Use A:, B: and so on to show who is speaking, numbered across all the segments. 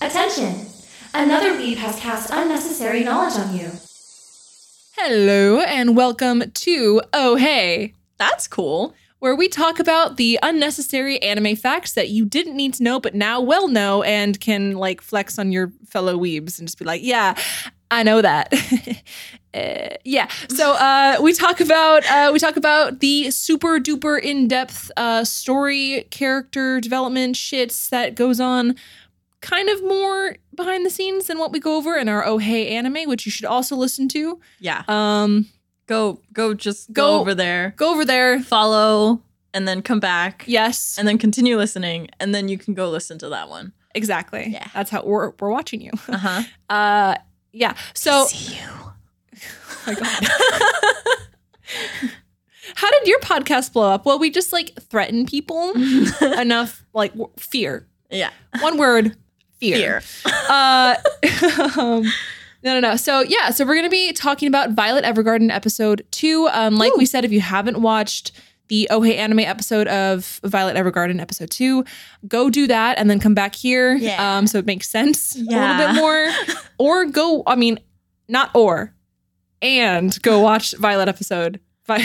A: Attention! Another weeb has cast unnecessary knowledge on you.
B: Hello, and welcome to Oh Hey, That's Cool, where we talk about the unnecessary anime facts that you didn't need to know, but now well know and can like flex on your fellow weebs and just be like, yeah. I know that. Uh, yeah. So uh, we talk about uh, we talk about the super duper in depth uh, story, character development shits that goes on kind of more behind the scenes than what we go over in our Oh Hey anime, which you should also listen to.
C: Yeah.
B: Um,
C: Go go just
B: Go-
C: go over there.
B: go over there.
C: Follow and then come back.
B: Yes,
C: And then continue listening and then you can go listen to that one.
B: exactly.
C: Yeah.
B: That's how we're we're watching you.
C: Uh-huh.
B: Uh, yeah. So
C: See you.
B: my God. how did your podcast blow up? Well, we just like threaten people enough, like w- fear.
C: yeah.
B: One word, fear. Uh, um, no, no, no. So yeah, so we're gonna be talking about Violet Evergarden episode two. Um, like we said, if you haven't watched the Oh Hey Anime episode of Violet Evergarden episode two, go do that and then come back here.
C: Yeah.
B: Um, so it makes sense a little bit
C: Yeah.
B: more. or go, I mean, not or, and go watch Violet episode. Vi-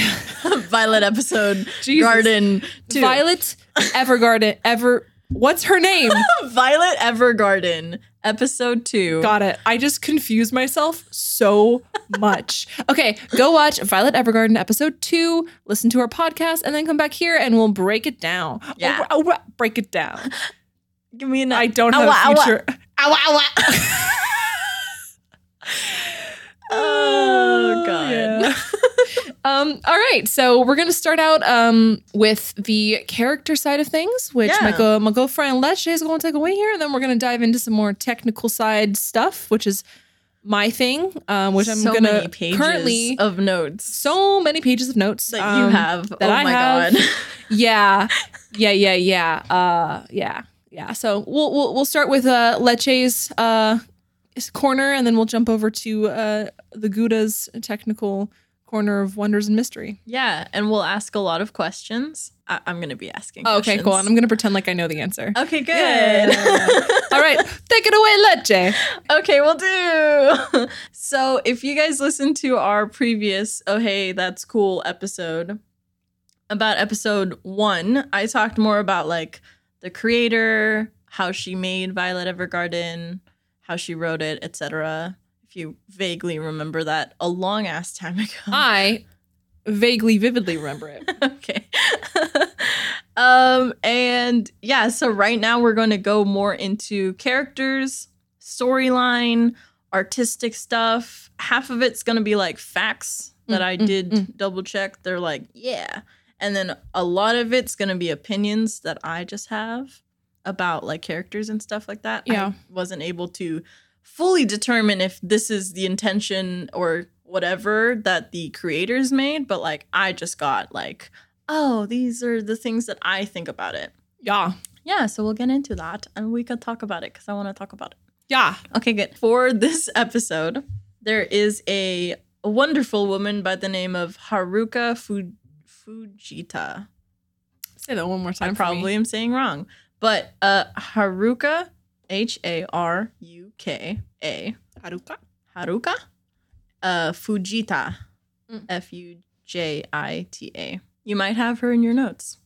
C: Violet episode
B: Jesus.
C: Garden 2.
B: Violet Evergarden ever. What's her name?
C: Violet Evergarden episode 2.
B: Got it. I just confuse myself so much. Okay, go watch Violet Evergarden episode two, listen to our podcast, and then come back here and we'll break it down.
C: Yeah. Oh,
B: Oh, oh, break it down.
C: Give me an
B: I don't have
C: Ow,
B: a
C: ow, ow.
B: future.
C: Ow, ow, ow. Oh, God.
B: yeah. um, all right. So we're gonna start out um with the character side of things, which
C: Yeah.
B: my, go- my girlfriend Leche is gonna take away here, and then we're gonna dive into some more technical side stuff, which is my thing, um, which I'm
C: so
B: gonna
C: many pages
B: currently
C: of notes
B: so many pages of notes
C: that you
B: um,
C: have.
B: that
C: oh
B: I
C: my
B: have.
C: god.
B: Yeah, yeah, yeah, yeah, uh, yeah, yeah. So we'll we'll, we'll start with uh, Leche's uh, corner, and then we'll jump over to uh, the Gouda's technical corner of wonders and mystery.
C: yeah, and we'll ask a lot of questions. I- I'm gonna be asking.
B: Oh, okay, cool. And
C: questions.
B: I'm gonna pretend like I know the answer.
C: okay, good.
B: Yeah. All right, take it away, Leche.
C: okay, we'll do. so, if you guys listened to our previous "Oh Hey, That's Cool" episode, about episode one, I talked more about like the creator, how she made Violet Evergarden, how she wrote it, etc. If you vaguely remember that, a long ass time ago.
B: I vaguely, vividly remember it.
C: okay. um and yeah, so right now we're going to go more into characters, storyline, artistic stuff. Half of it's going to be like facts that I
B: Mm, mm,
C: did
B: mm.
C: double check. They're like, yeah. And then a lot of it's going to be opinions that I just have about like characters and stuff like that. I
B: Yeah.
C: wasn't able to fully determine if this is the intention or whatever that the creators made, but like I just got like, oh, these are the things that I think about it.
B: Yeah,
C: Yeah, so we'll get into that and we can talk about it because I want to talk about it.
B: yeah.
C: Okay, good. For this episode, there is a wonderful woman by the name of Haruka Fu- Fujita.
B: Say that one more time.
C: I
B: for me.
C: probably am saying wrong. But uh Haruka, H A R U K A,
B: Haruka.
C: Haruka, uh Fujita,
B: Mm.
C: F U J I T A. You might have her in your notes.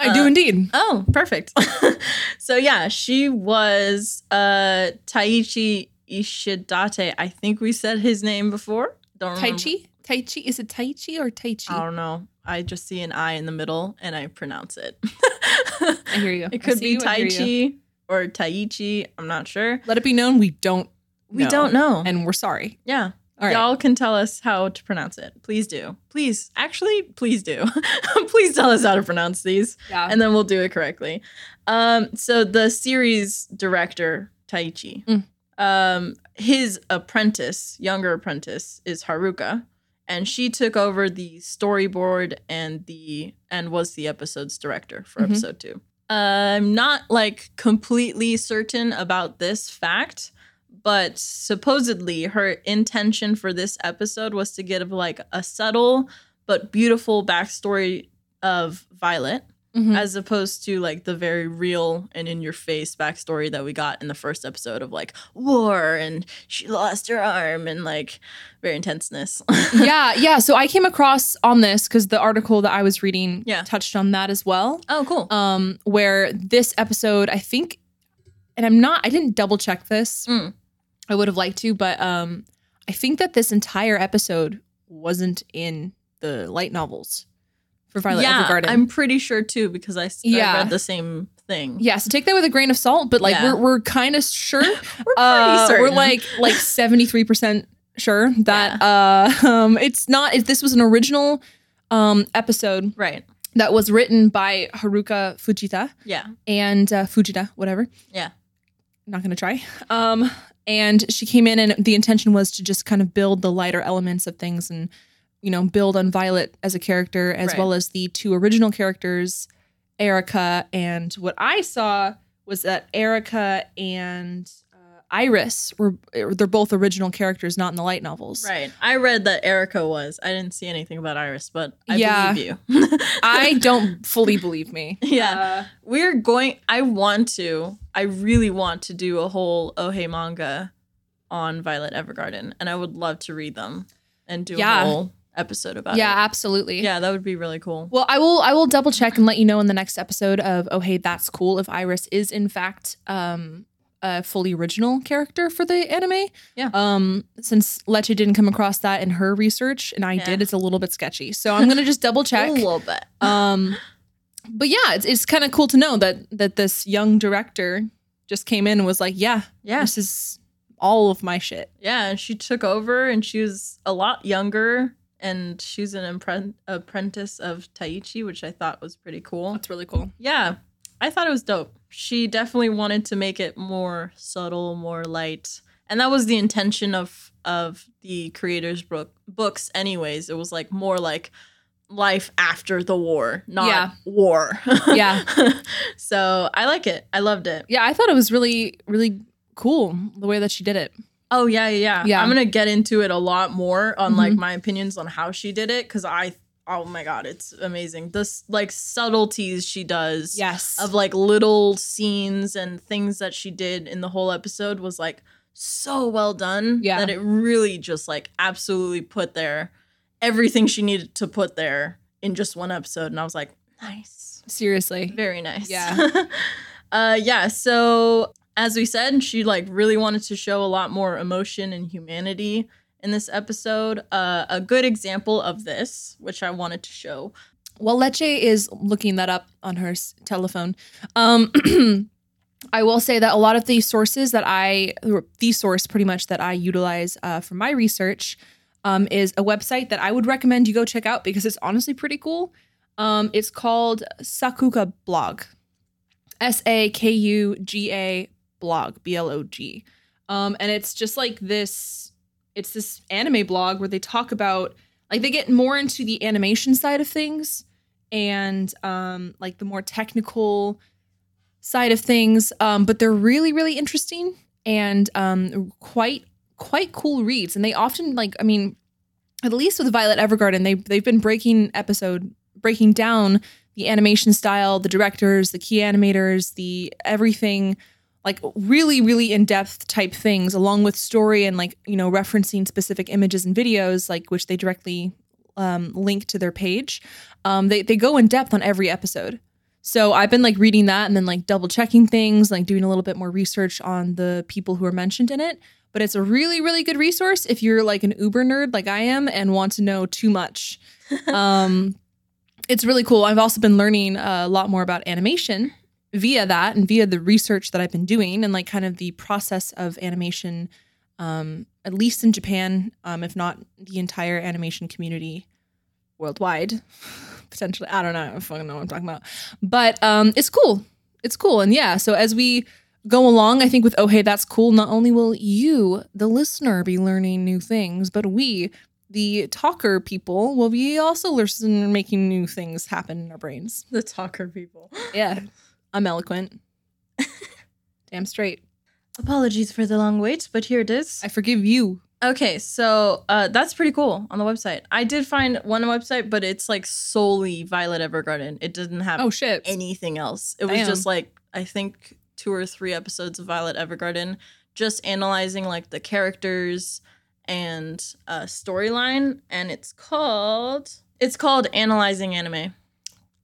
B: I do
C: Uh,
B: indeed.
C: Oh, perfect. so yeah, she was uh Taichi Ishidate. I think we said his name before. Don't remember.
B: Taichi. Taichi. Is it Taichi or Taichi?
C: I don't know. I just see an I in the middle and I pronounce it.
B: I hear you. I
C: It could
B: see
C: be
B: you, I hear you.
C: Taichi or Taichi. I'm not sure.
B: Let it be known we don't.
C: We
B: know,
C: don't know.
B: and we're sorry.
C: yeah.
B: All right.
C: Y'all can tell us how to pronounce it. Please do. Please. Actually, please do. please tell us how to pronounce these
B: yeah.
C: and then we'll do it correctly. Um, so the series director, Taichi,
B: Mm.
C: um, his apprentice, younger apprentice, is Haruka. And she took over the storyboard and the and was the episode's director for
B: Mhm.
C: episode two. I'm not like completely certain about this fact, but supposedly her intention for this episode was to give like a subtle but beautiful backstory of Violet
B: Mhm.
C: as opposed to like the very real and in your face backstory that we got in the first episode of like war and she lost her arm and like very intenseness.
B: yeah, yeah. So I came across on this because the article that I was reading
C: Yeah.
B: touched on that as well.
C: oh, cool.
B: Um, where this episode, I think, and I'm not, I didn't double check this.
C: Mm.
B: I would have liked to, but um, I think that this entire episode wasn't in the light novels for Violet
C: yeah,
B: Evergarden.
C: I'm pretty sure too because I, s- I
B: Yeah.
C: read the same thing.
B: yeah, so take that with a grain of salt, but like
C: Yeah.
B: we're we're kind of sure.
C: We're pretty
B: Uh, we're
C: certain.
B: like like 73% sure that uh um it's not if this was an original um episode
C: right.
B: that was written by Haruka Fujita
C: Yeah.
B: and uh, Fujita, whatever.
C: Yeah.
B: Not gonna try. Um, and she came in, and the intention was to just kind of build the lighter elements of things, and you know, build on Violet as a character, as
C: Right.
B: well as the two original characters, Erica. And what I saw was that Erica and uh, Iris were they're both original characters, not in the light novels.
C: Right. I read that Erica was. I didn't see anything about Iris, but I
B: Yeah.
C: believe you.
B: I don't fully believe me.
C: Yeah.
B: Uh,
C: We're going. I want to. I really want to do a whole Oh Hey manga on Violet Evergarden, and I would love to read them and do
B: Yeah.
C: a whole episode about
B: yeah,
C: it.
B: absolutely.
C: Yeah, that would be really cool.
B: Well, I will I will double check and let you know in the next episode of Oh Hey That's Cool if Iris is in fact um a fully original character for the anime.
C: Yeah.
B: Um since Leche didn't come across that in her research and I
C: Yeah.
B: did, it's a little bit sketchy. So I'm going to just double
C: A
B: check.
C: little bit. Uh,
B: um but yeah, it's it's kind of cool to know that that this young director just came in and was like, "Yeah,
C: Yeah.
B: this is all of my shit."
C: Yeah, and she took over, and she was a lot younger, and she's an impren- apprentice of Taichi, which I thought was pretty cool.
B: really cool.
C: Yeah, I thought it was dope. She definitely wanted to make it more subtle, more light, and that was the intention of of the creators' book, books. Anyways, it was like more like life after the war, not
B: Yeah.
C: war.
B: Yeah.
C: so I like it. I loved it.
B: Yeah, I thought it was really really cool the way that she did it.
C: Oh yeah, yeah, yeah.
B: Yeah.
C: I'm gonna get into it a lot more on like
B: Mhm.
C: my opinions on how she did it because I. Oh my god, it's amazing. This like subtleties she does.
B: Yes.
C: of like little scenes and things that she did in the whole episode was like so well done
B: Yeah.
C: that it really just like absolutely put there everything she needed to put there in just one episode and i was like nice
B: Seriously.
C: very nice
B: Yeah.
C: uh yeah so as we said she like really wanted to show a lot more emotion and humanity in this episode uh, a good example of this which i wanted to show
B: While Leche is looking that up on her s- telephone, um, I will say that a lot of the sources that I, or the source pretty much that I utilize uh, for my research, um, is a website that I would recommend you go check out because it's honestly pretty cool. Um, it's called Sakuga Blog, S A K U G A blog, B L O G, um, and it's just like this. It's this anime blog where they talk about like they get more into the animation side of things and um like the more technical side of things um but they're really really interesting and um quite quite cool reads and they often like i mean at least with violet evergarden they they've been breaking episode breaking down the animation style the directors the key animators the everything like really really in-depth type things along with story and like you know referencing specific images and videos like which they directly um, link to their page um, they, they go in depth on every episode so i've been like reading that and then like double checking things like doing a little bit more research on the people who are mentioned in it but it's a really really good resource if you're like an uber nerd like i am and want to know too much um, it's really cool i've also been learning uh, a lot more about animation via that and via the research that I've been doing and like kind of the process of animation, um, at least in Japan, um, if not the entire animation community worldwide, potentially. I don't know. I don't fucking know what I'm talking about. But um, it's cool. It's cool. And yeah, so as we go along, I think with Oh Hey, That's Cool, not only will you, the listener, be learning new things, but we, the talker people, will be also listen- making new things happen in our brains.
C: the talker people
B: Yeah. I'm eloquent. Damn straight.
C: Apologies for the long wait, but here it is.
B: I forgive you.
C: Okay, so uh, that's pretty cool on the website. I did find one website, but it's like solely Violet Evergarden. It doesn't have
B: Oh shit.
C: anything else. It was
B: Damn.
C: just like I think two or three episodes of Violet Evergarden, just analyzing like the characters and uh, storyline. And it's called it's called analyzing anime,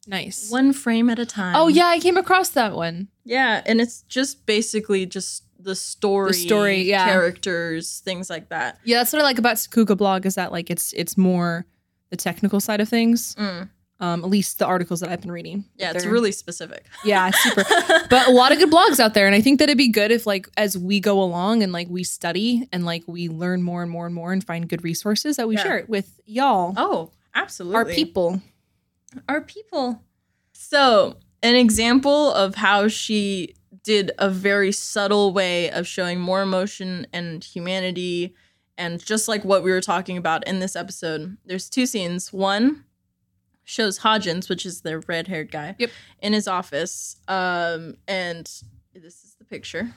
B: nice.
C: one frame at a time.
B: Oh yeah, I came across that one.
C: yeah, and it's just basically just the story,
B: story, yeah.
C: characters, things like that.
B: Yeah, that's what I like about Sakuga blog is that like it's it's more the technical side of things.
C: Mm.
B: Um, at least the articles that I've been reading.
C: Yeah, it's
B: They're-
C: really specific.
B: yeah, it's super. but a lot of good blogs out there and i think that it'd be good if like as we go along and like we study and like we learn more and more and more and find good resources that we
C: Yeah.
B: share it with y'all
C: oh, absolutely.
B: our people
C: Our people. So, an example of how she did a very subtle way of showing more emotion and humanity and just like what we were talking about in this episode. There's two scenes. One shows Hodgins, which is the red-haired guy,
B: Yep.
C: in his office. Um and this is the picture.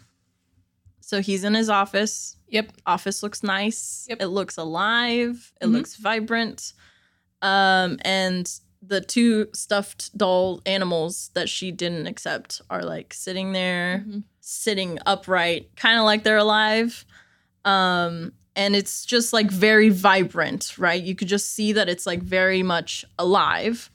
C: So he's in his office.
B: yep
C: office looks nice.
B: Yep.
C: It looks alive. It
B: Mhm.
C: looks vibrant. Um, and the two stuffed doll animals that she didn't accept are like sitting there, sitting upright, kind of like they're alive. Um, and it's just like very vibrant, right? You could just see that it's like very much alive.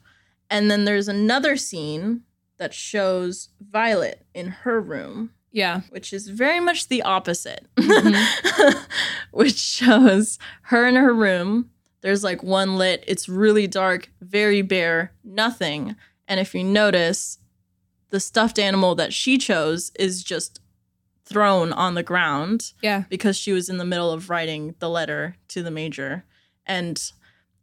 C: And then there's another scene that shows Violet in her room
B: yeah
C: which is very much the opposite,
B: Mhm.
C: which shows her in her room. There's like one lit, it's really dark, very bare, nothing. And if you notice, the stuffed animal that she chose is just thrown on the ground
B: yeah
C: because she was in the middle of writing the letter to the major. And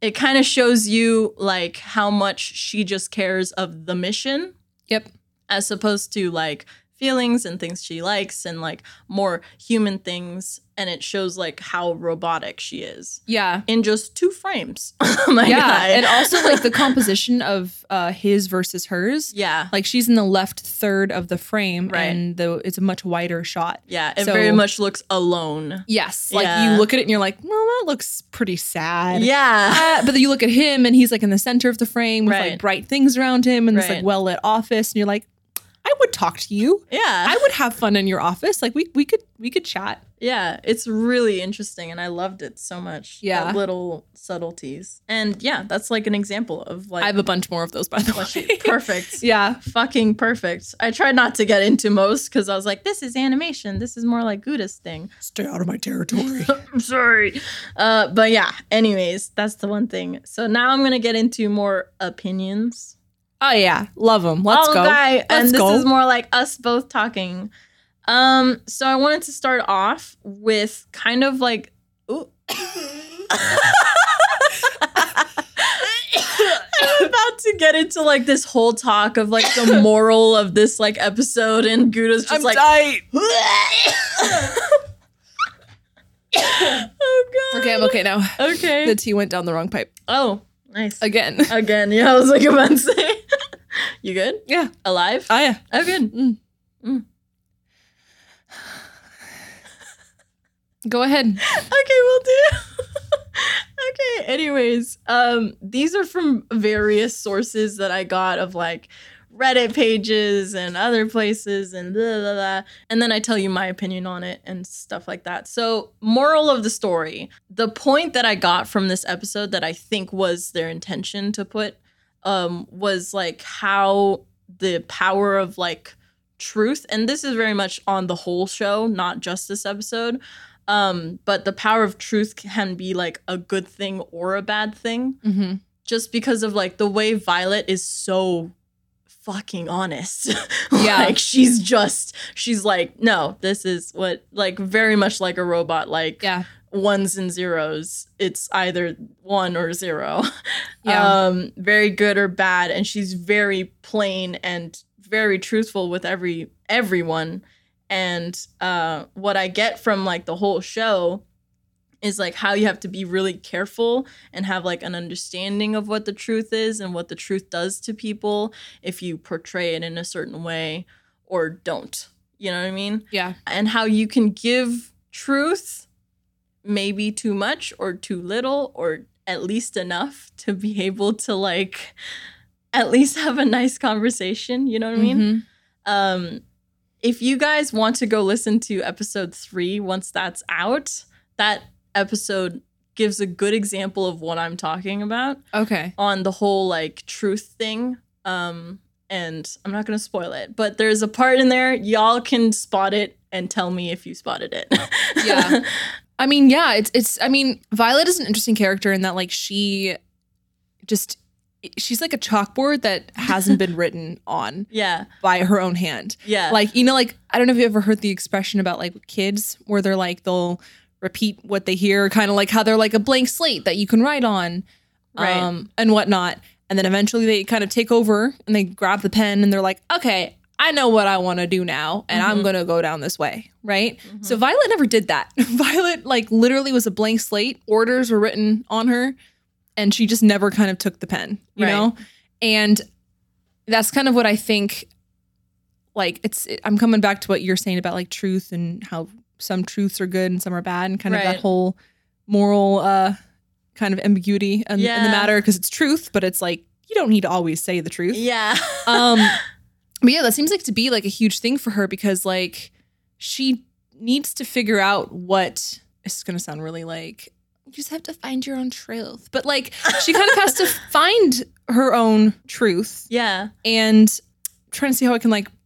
C: it kind of shows you like how much she just cares of the mission
B: yep
C: as opposed to like feelings and things she likes and like more human things and it shows like how robotic she is
B: yeah
C: in just two frames Oh my
B: yeah
C: God.
B: and also like the composition of uh his versus hers
C: yeah
B: like she's in the left third of the frame
C: Right.
B: and the it's a much wider shot
C: yeah it
B: So-
C: very much looks alone
B: yes like
C: Yeah.
B: you look at it and you're like well that looks pretty sad
C: yeah
B: Uh, but then you look at him and he's like in the center of the frame with
C: Right.
B: like bright things around him and this
C: Right.
B: like well lit office, and you're like, I would talk to you.
C: yeah
B: I would have fun in your office. Like we we could we could chat.
C: yeah it's really interesting and i loved it so much
B: Yeah.
C: that little subtleties and yeah that's like an example of like
B: I have a bunch more of those by the
C: what she-
B: way.
C: perfect
B: yeah.
C: fucking perfect. I tried not to get into most because I was like, this is animation. This is more like Gouda's thing.
B: Stay out of my territory.
C: I'm sorry. Uh, but yeah, anyways, that's the one thing. So now I'm going to get into more opinions.
B: oh yeah, love them. Let's
C: Oh,
B: go.
C: guy, and
B: Let's
C: this
B: go.
C: is more like us both talking. Um, so I wanted to start off with kind of like, ooh. I'm about to get into like this whole talk of like the moral of this like episode, and Gouda's just like,
B: tight.
C: oh god.
B: Okay, I'm okay now.
C: Okay.
B: The tea went down the wrong pipe
C: oh, nice.
B: again.
C: Again, yeah, I was like about to say. you good?
B: yeah.
C: Alive?
B: Oh yeah.
C: I'm good.
B: Go ahead.
C: Okay, we'll do. okay, anyways, um, these are from various sources that I got of like Reddit pages and other places and blah, blah, blah. And then I tell you my opinion on it and stuff like that. So, moral of the story the point that I got from this episode that I think was their intention to put um, was like how the power of like truth, and this is very much on the whole show, not just this episode, um, but the power of truth can be like a good thing or a bad thing
B: Mm-hmm.
C: just because of like the way Violet is so fucking honest.
B: Yeah.
C: like she's just she's like, no, this is what like very much like a robot, like
B: Yeah.
C: ones and zeros. It's either one or zero.
B: Yeah.
C: Um, very good or bad. And she's very plain and very truthful with every everyone. And uh what I get from like the whole show is like how you have to be really careful and have like an understanding of what the truth is and what the truth does to people if you portray it in a certain way or don't. You know what I mean?
B: yeah.
C: and how you can give truth maybe too much or too little or at least enough to be able to like at least have a nice conversation. You know what I mean?
B: Mhm.
C: Um, if you guys want to go listen to episode three once that's out, that episode gives a good example of what I'm talking about
B: Mm-hmm. Okay.
C: on the whole like truth thing. Um, and I'm not gonna spoil it, but there's a part in there y'all can spot it and tell me if you spotted it.
B: Oh. Yeah. I mean, yeah, it's it's I mean, Violet is an interesting character in that like she just she's like a chalkboard that hasn't been written on
C: yeah,
B: by her own hand.
C: yeah,
B: Like, you know, like I don't know if you ever heard the expression about like kids where they're like they'll repeat what they hear, kind of like how they're like a blank slate that you can write on
C: right,
B: um, and whatnot. And then eventually they kind of take over and they grab the pen and they're like, okay, I know what I want to do now and I'm
C: Mhm.
B: going to go down this way. Right.
C: Mhm.
B: So Violet never did that. Violet, like, literally was a blank slate. Orders were written on her and she just never kind of took the pen, you
C: Right.
B: know? And that's kind of what I think, like, it's, I'm coming back to what you're saying about like truth and how some truths are good and some are bad and kind of
C: Right.
B: that whole moral, uh, kind of ambiguity in, in
C: Yeah.
B: the matter because it's truth, but it's like you don't need to always say the truth.
C: yeah,
B: Um, but yeah, that seems like to be like a huge thing for her because like she needs to figure out what this is going to sound really like you just have to find your own truth, but like she kind of has to find her own truth
C: yeah.
B: and trying to see how I can like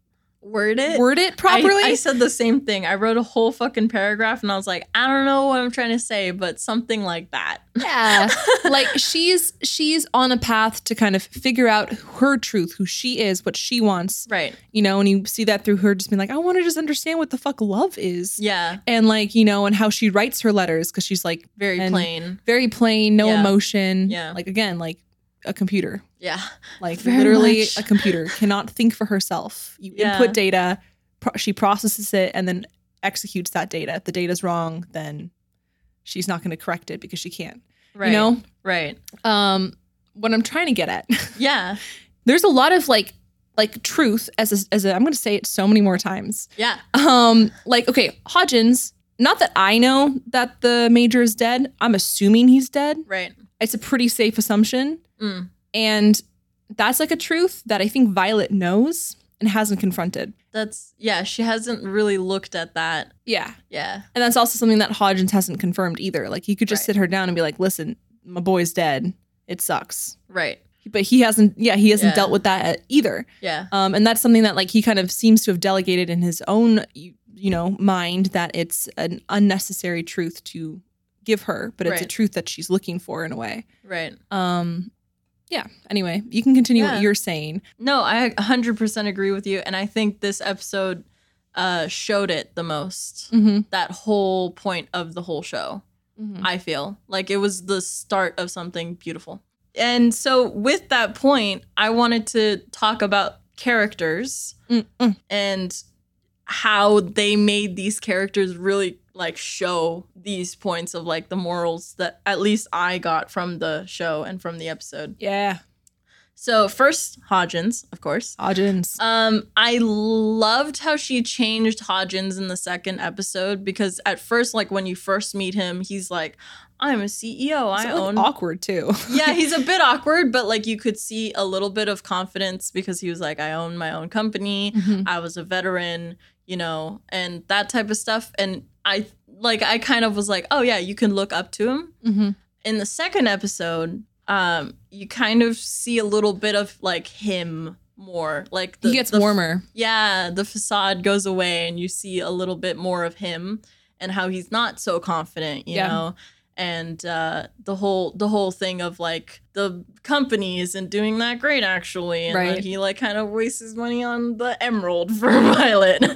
C: Word it.
B: word it
C: I-
B: properly.
C: I, said the same thing. I wrote a whole fucking paragraph and I was like, I don't know what I'm trying to say, but something like that.
B: yeah like she's she's on a path to kind of figure out her truth who she is what she wants
C: Right.
B: you know, and you see that through her just being like, I want to just understand what the fuck love is.
C: Yeah.
B: And like, you know, and how she writes her letters because she's like
C: Very
B: And-
C: plain.
B: very plain, no
C: Yeah.
B: emotion.
C: Yeah.
B: Like, again, like a computer,
C: Yeah.
B: like
C: Very
B: literally
C: much.
B: a computer cannot think for herself. You
C: Yeah.
B: input data, pro- she processes it and then executes that data. If the data's wrong, then she's not going to correct it because she can't,
C: Right.
B: you know?
C: Right.
B: Um, what I'm trying to get at
C: Yeah.
B: there's a lot of like like truth as a, as a, I'm going to say it so many more times.
C: Yeah.
B: Um like okay, Hodgins, not that I know that the major is dead. I'm assuming he's dead.
C: Right.
B: It's a pretty safe assumption
C: Mm.
B: and that's like a truth that I think Violet knows and hasn't confronted.
C: That's yeah, she hasn't really looked at that.
B: Yeah.
C: Yeah.
B: And that's also something that Hodgins hasn't confirmed either. Like you could just
C: Right.
B: sit her down and be like, "Listen, my boy's dead. It sucks."
C: Right.
B: But he hasn't yeah, he hasn't
C: Yeah.
B: dealt with that uh, either.
C: Yeah.
B: Um, and that's something that like he kind of seems to have delegated in his own you, you know mind that it's an unnecessary truth to give her, but it's a
C: Right.
B: truth that she's looking for in a way.
C: Right.
B: Um, yeah. Anyway, you can continue
C: Yeah.
B: what you're saying.
C: No, I 100% agree with you and I think this episode uh showed it the most.
B: Mm-hmm.
C: That whole point of the whole show. I feel like it was the start of something beautiful. And so, with that point, I wanted to talk about characters and how they made these characters really like show these points of like the morals that at least I got from the show and from the episode.
B: Yeah,
C: So, first, Hodgins, of course.
B: Hodgins.
C: Um, I loved how she changed Hodgins in the second episode because at first, like when you first meet him, he's like, "I'm a CEO. I
B: So, like,
C: own."
B: awkward too.
C: yeah, he's a bit awkward, but like you could see a little bit of confidence because he was like, "I own my own company.
B: Mm-hmm.
C: I was a veteran, you know, and that type of stuff." And I like I kind of was like, "Oh yeah, you can look up to him."
B: Mm-hmm.
C: in the second episode, um, you kind of see a little bit of like him more. Like the,
B: he gets
C: the-
B: warmer.
C: Yeah, the facade goes away, and you see a little bit more of him and how he's not so confident. You
B: Yeah.
C: know. And uh, the whole the whole thing of like the company isn't doing that great actually, and
B: Right.
C: like, he like kind of wastes his money on the emerald for Violet.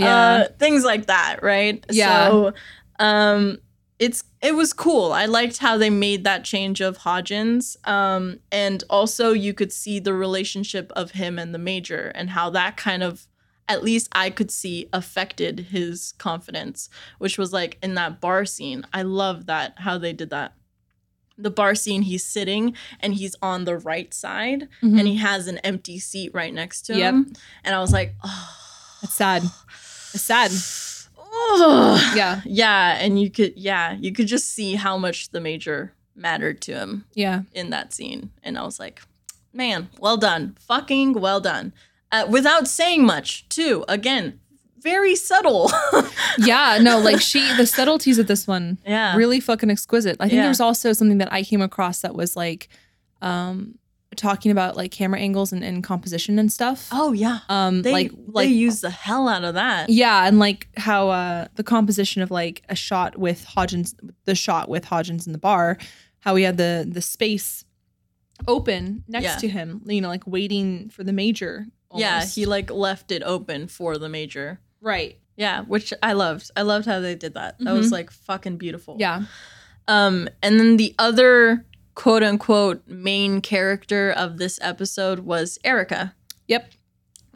C: uh, things like that, right?
B: Yeah.
C: So, um, it's it was cool. I liked how they made that change of Hodgins, um, and also you could see the relationship of him and the major, and how that kind of, at least I could see, affected his confidence, which was like in that bar scene. I love that how they did that. The bar scene, he's sitting and he's on the right side,
B: Mhm.
C: and he has an empty seat right next to
B: Yep.
C: him, and I was like, oh.
B: It's sad. It's sad.
C: Ugh.
B: Yeah.
C: yeah, and you could yeah, you could just see how much the major mattered to him
B: Yeah.
C: in that scene. And I was like, man, well done. Fucking well done. Uh, without saying much, too. Again, very subtle.
B: Yeah. No, like she, the subtleties of this one
C: yeah.
B: really fucking exquisite. I think
C: Yeah.
B: there's also something that I came across that was like um talking about like camera angles and, and composition and stuff.
C: Oh yeah.
B: um
C: They
B: like
C: they
B: like
C: use the hell out of that.
B: yeah, and like how uh the composition of like a shot with Hodgins the shot with Hodgins in the bar, how he had the the space open next
C: Yeah.
B: to him, you know, like waiting for the major.
C: Yeah,
B: almost.
C: he like left it open for the major.
B: right.
C: Yeah, which I loved. I loved how they did that. That was
B: Mhm.
C: like fucking beautiful.
B: Yeah.
C: Um, and then the other quote unquote main character of this episode was Erica,
B: Yep.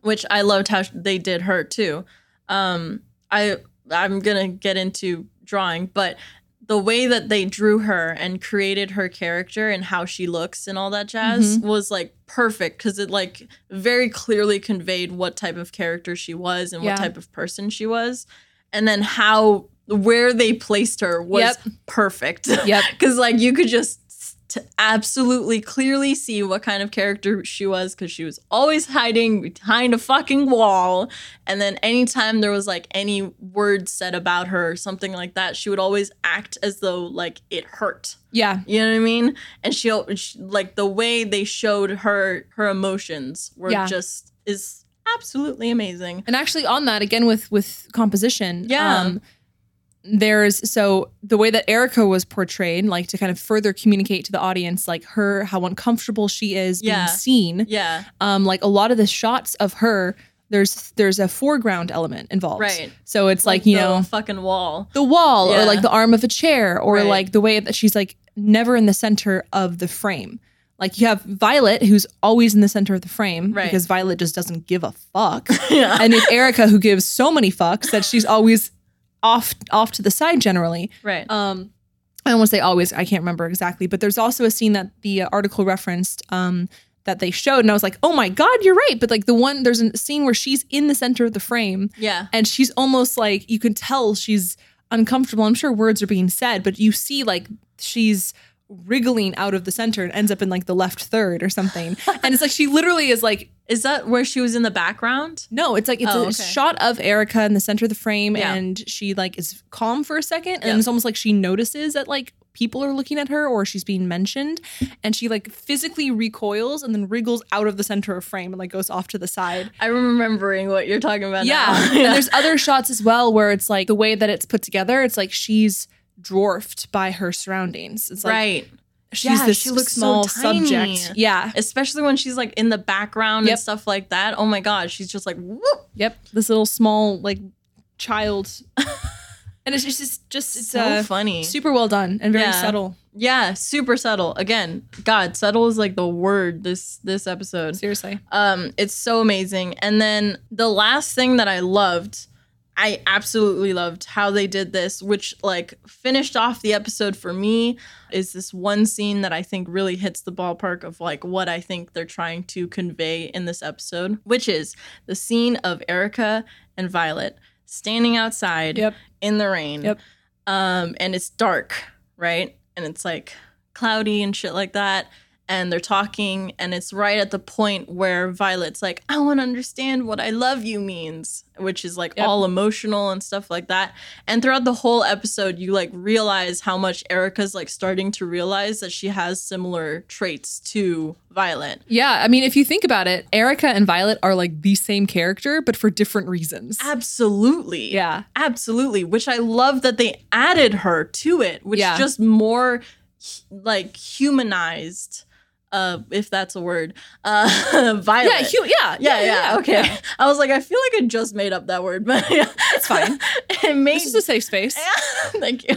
C: which I loved how sh- they did her too. Um, I I'm gonna get into drawing, but the way that they drew her and created her character and how she looks and all that jazz
B: Mm-hmm.
C: was like perfect because it like very clearly conveyed what type of character she was and
B: Yeah.
C: what type of person she was, and then how where they placed her was
B: Yep.
C: perfect.
B: Yep.
C: Because like you could just t- absolutely clearly see what kind of character she was because she was always hiding behind a fucking wall. And then anytime there was like any word said about her or something like that, she would always act as though like it hurt.
B: Yeah.
C: You know what I mean? And she'll she, like the way they showed her her emotions were
B: Yeah.
C: just is absolutely amazing.
B: And actually, on that again with with composition, um,
C: Yeah.
B: there's so the way that Erica was portrayed, like to kind of further communicate to the audience, like her how uncomfortable she is
C: Yeah.
B: being seen.
C: Yeah.
B: Um, like a lot of the shots of her, there's there's a foreground element involved,
C: Right.
B: So it's like, you
C: the
B: know
C: fucking wall.
B: the wall
C: Yeah.
B: or like the arm of a chair or
C: Right.
B: like the way that she's like never in the center of the frame. Like you have Violet who's always in the center of the frame
C: Right.
B: because Violet just doesn't give a fuck
C: yeah.
B: and it's Erica who gives so many fucks that she's always off off to the side generally.
C: Right.
B: Um, I don't want to say always. I can't remember exactly, but there's also a scene that the article referenced um, that they showed, and I was like, oh my god, you're right. But like the one there's a scene where she's in the center of the frame,
C: yeah.
B: and she's almost like you can tell she's uncomfortable. I'm sure words are being said, but you see like she's wriggling out of the center and ends up in like the left third or something. and it's like she literally is like
C: Is that where she was in the background?
B: no, it's like it's a
C: Oh, okay.
B: shot of Erica in the center of the frame,
C: Yeah.
B: and she like is calm for a second, and
C: Yeah.
B: it's almost like she notices that like people are looking at her or she's being mentioned, and she like physically recoils and then wriggles out of the center of frame and like goes off to the side.
C: I'm remembering what you're talking about.
B: Yeah,
C: now.
B: and there's other shots as well where it's like the way that it's put together, it's like she's dwarfed by her surroundings. It's like
C: right,
B: she's
C: Yeah,
B: this
C: she looks so
B: small
C: tiny.
B: subject. Yeah,
C: especially when she's like in the background
B: Yep.
C: and stuff like that. Oh my god, she's just like whoop.
B: yep, this little small like child. And it's just, it's just it's
C: So
B: uh,
C: funny.
B: super well done and very
C: Yeah.
B: subtle.
C: yeah, super subtle. Again, God, subtle is like the word this this episode.
B: Seriously.
C: Um, it's so amazing. And then the last thing that I loved, I absolutely loved how they did this, which like finished off the episode for me, is this one scene that I think really hits the ballpark of like what I think they're trying to convey in this episode, which is the scene of Erica and Violet standing outside
B: Yep.
C: in the rain.
B: Yep.
C: Um, and it's dark, right? And it's like cloudy and shit like that. And they're talking, and it's right at the point where Violet's like, I want to understand what I love you means, which is like
B: Yep.
C: all emotional and stuff like that. And throughout the whole episode, you like realize how much Erica's like starting to realize that she has similar traits to Violet.
B: Yeah. I mean, if you think about it, Erica and Violet are like the same character, but for different reasons.
C: Absolutely.
B: Yeah.
C: Absolutely, which I love that they added her to it, which
B: Yeah.
C: just more hu- like humanized, uh, if that's a word, uh, Violet.
B: Yeah, hu- yeah.
C: yeah, yeah, okay. I was like, I feel like I just made up that word, but yeah.
B: It's fine.
C: it made
B: This is a safe space.
C: thank you.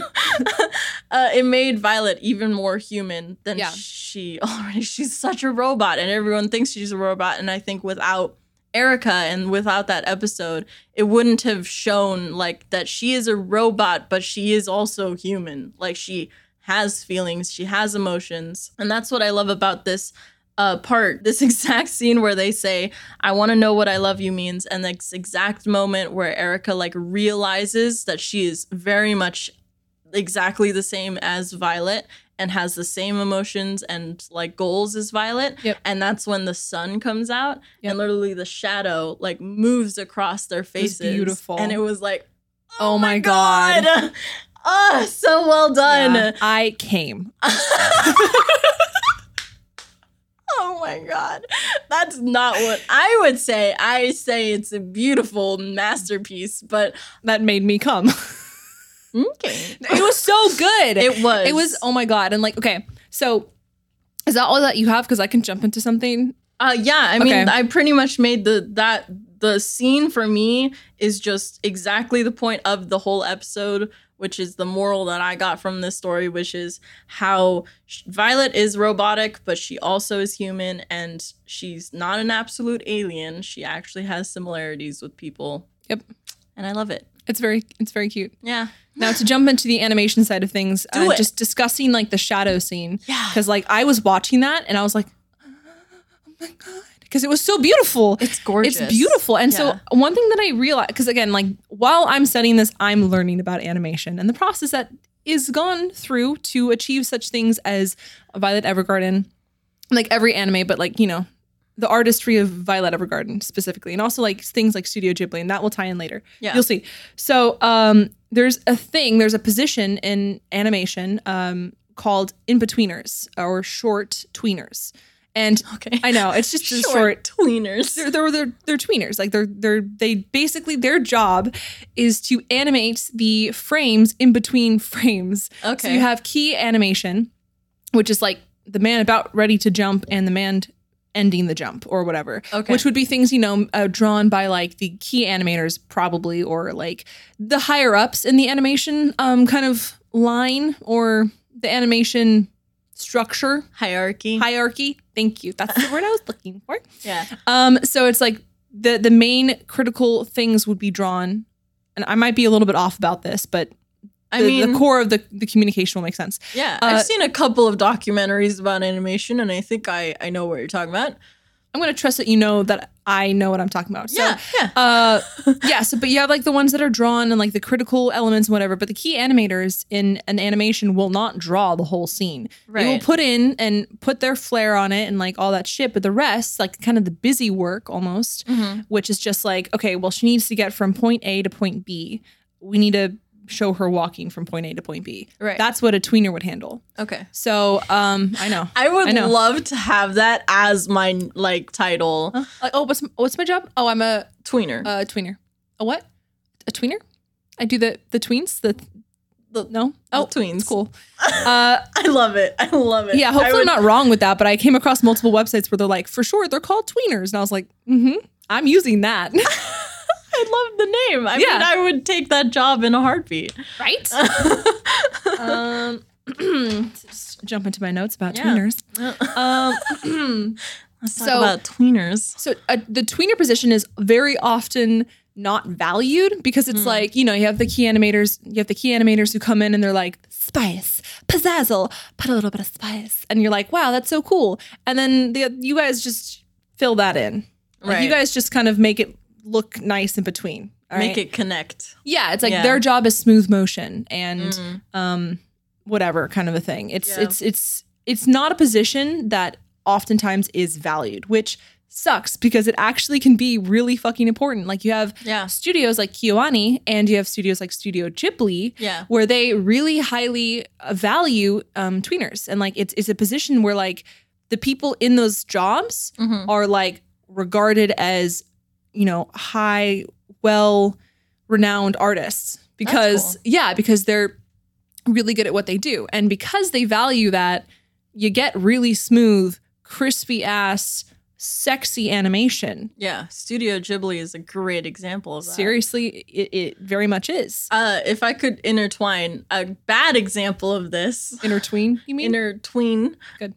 C: uh, it made Violet even more human than
B: Yeah.
C: she already. She's such a robot, and everyone thinks she's a robot. And I think without Erica and without that episode, it wouldn't have shown like that she is a robot, but she is also human. Like she has feelings, she has emotions, and that's what I love about this. uh, uh, part, this exact scene where they say, I want to know what I love you means, and this exact moment where Erica like realizes that she is very much exactly the same as Violet and has the same emotions and like goals as Violet.
B: Yep.
C: And that's when the sun comes out
B: Yep.
C: and literally the shadow like moves across their faces.
B: beautiful.
C: And it was like,
B: Oh my God.
C: Ah, so well done.
B: Yeah, I came.
C: Oh my god. That's not what I would say. I say it's a beautiful masterpiece, but
B: That made me come.
C: okay.
B: it was so good.
C: It was.
B: It was, oh my God. And like, okay, so is that all that you have? Because I can jump into something.
C: Uh, yeah, I mean,
B: Okay.
C: I pretty much made the that the scene for me is just exactly the point of the whole episode, which is the moral that I got from this story, which is how sh- Violet is robotic, but she also is human, and she's not an absolute alien. She actually has similarities with people.
B: Yep.
C: and I love it.
B: It's very, it's very cute.
C: Yeah,
B: Now to jump into the animation side of things,
C: Do
B: uh,
C: it.
B: just discussing like the shadow scene.
C: yeah.
B: because like I was watching that and I was like, oh my god, because it was so beautiful.
C: It's gorgeous.
B: It's beautiful. And
C: Yeah.
B: so one thing that I realized, because again, like while I'm studying this, I'm learning about animation and the process that is gone through to achieve such things as Violet Evergarden, like every anime, but like you know. The artistry of Violet Evergarden specifically, and also like things like Studio Ghibli, and that will tie in later.
C: Yeah.
B: You'll see. So um, there's a thing, there's a position in animation um, called in betweeners or short tweeners. And
C: okay.
B: I know it's just a short.
C: tweeners.
B: They're, they're they're they're tweeners. Like they're they're they basically their job is to animate the frames in between frames. So
C: Okay.
B: you have key animation, which is like the man about ready to jump and the man ending the jump or whatever.
C: Okay.
B: Which would be things, you know, uh, drawn by like the key animators probably or like the higher ups in the animation um, kind of line or the animation structure
C: hierarchy.
B: hierarchy. Thank you. That's the word I was looking for.
C: yeah.
B: Um, so it's like the the main critical things would be drawn, and I might be a little bit off about this, but
C: I
B: the,
C: mean,
B: the core of the, the communication will make sense.
C: yeah.
B: uh,
C: I've seen a couple of documentaries about animation, and I think I I know what you're talking about.
B: I'm gonna trust that you know that I know what I'm talking about. So,
C: yeah. Yeah.
B: Uh, yeah. So, but you have like the ones that are drawn and like the critical elements and whatever. But the key animators in an animation will not draw the whole scene. They will
C: Right.
B: put in and put their flair on it and like all that shit. But the rest, like kind of the busy work almost,
C: Mhm.
B: which is just like, okay, well, she needs to get from point A to point B. We need to show her walking from point A to point B.
C: Right.
B: That's what a tweener would handle.
C: okay.
B: So, um, I know.
C: I would
B: I know.
C: love to have that as my like title.
B: Huh? Like, oh, what's what's my job? Oh, I'm a
C: Tweener.
B: A tweener. A what? A tweener? I do the the tweens. The, the no. Oh,
C: The tweens.
B: It's cool. Uh,
C: I love it. I love it.
B: yeah.
C: I
B: Hopefully,
C: would-
B: I'm not wrong with that. But I came across multiple websites where they're like, for sure, they're called tweeners, and I was like, mm-hmm. I'm using that,
C: I love the name. I
B: Yeah.
C: mean, I would take that job in a heartbeat.
B: right? um, just jump into my notes about
C: Yeah.
B: tweeners.
C: Let's
B: Um,
C: talk
B: So-
C: about tweeners.
B: So uh, the tweener position is very often not valued because it's
C: Hmm.
B: like you know you have the key animators you have the key animators who come in and they're like spice pizzazzle put a little bit of spice and you're like wow that's so cool and then the, you guys just fill that in like you
C: Right.
B: guys just kind of make it look nice in between all
C: Make
B: right?
C: it connect.
B: yeah it's like
C: Yeah.
B: their job is smooth motion and
C: Mhm.
B: um whatever kind of a thing it's
C: Yeah.
B: it's it's it's not a position that oftentimes is valued which sucks because it actually can be really fucking important like you have
C: Yeah.
B: studios like Kiwani and you have studios like Studio Ghibli
C: Yeah.
B: where they really highly uh, value um tweeners and like it's it's a position where like the people in those jobs
C: Mhm.
B: are like regarded as you know high well renowned artists because
C: cool.
B: yeah because they're really good at what they do and because they value that you get really smooth crispy ass sexy animation
C: Yeah. Studio Ghibli is a great example of that.
B: seriously it, it very much is
C: Uh, if I could intertwine a bad example of this,
B: Uh, intertween you mean
C: intertween.
B: Good.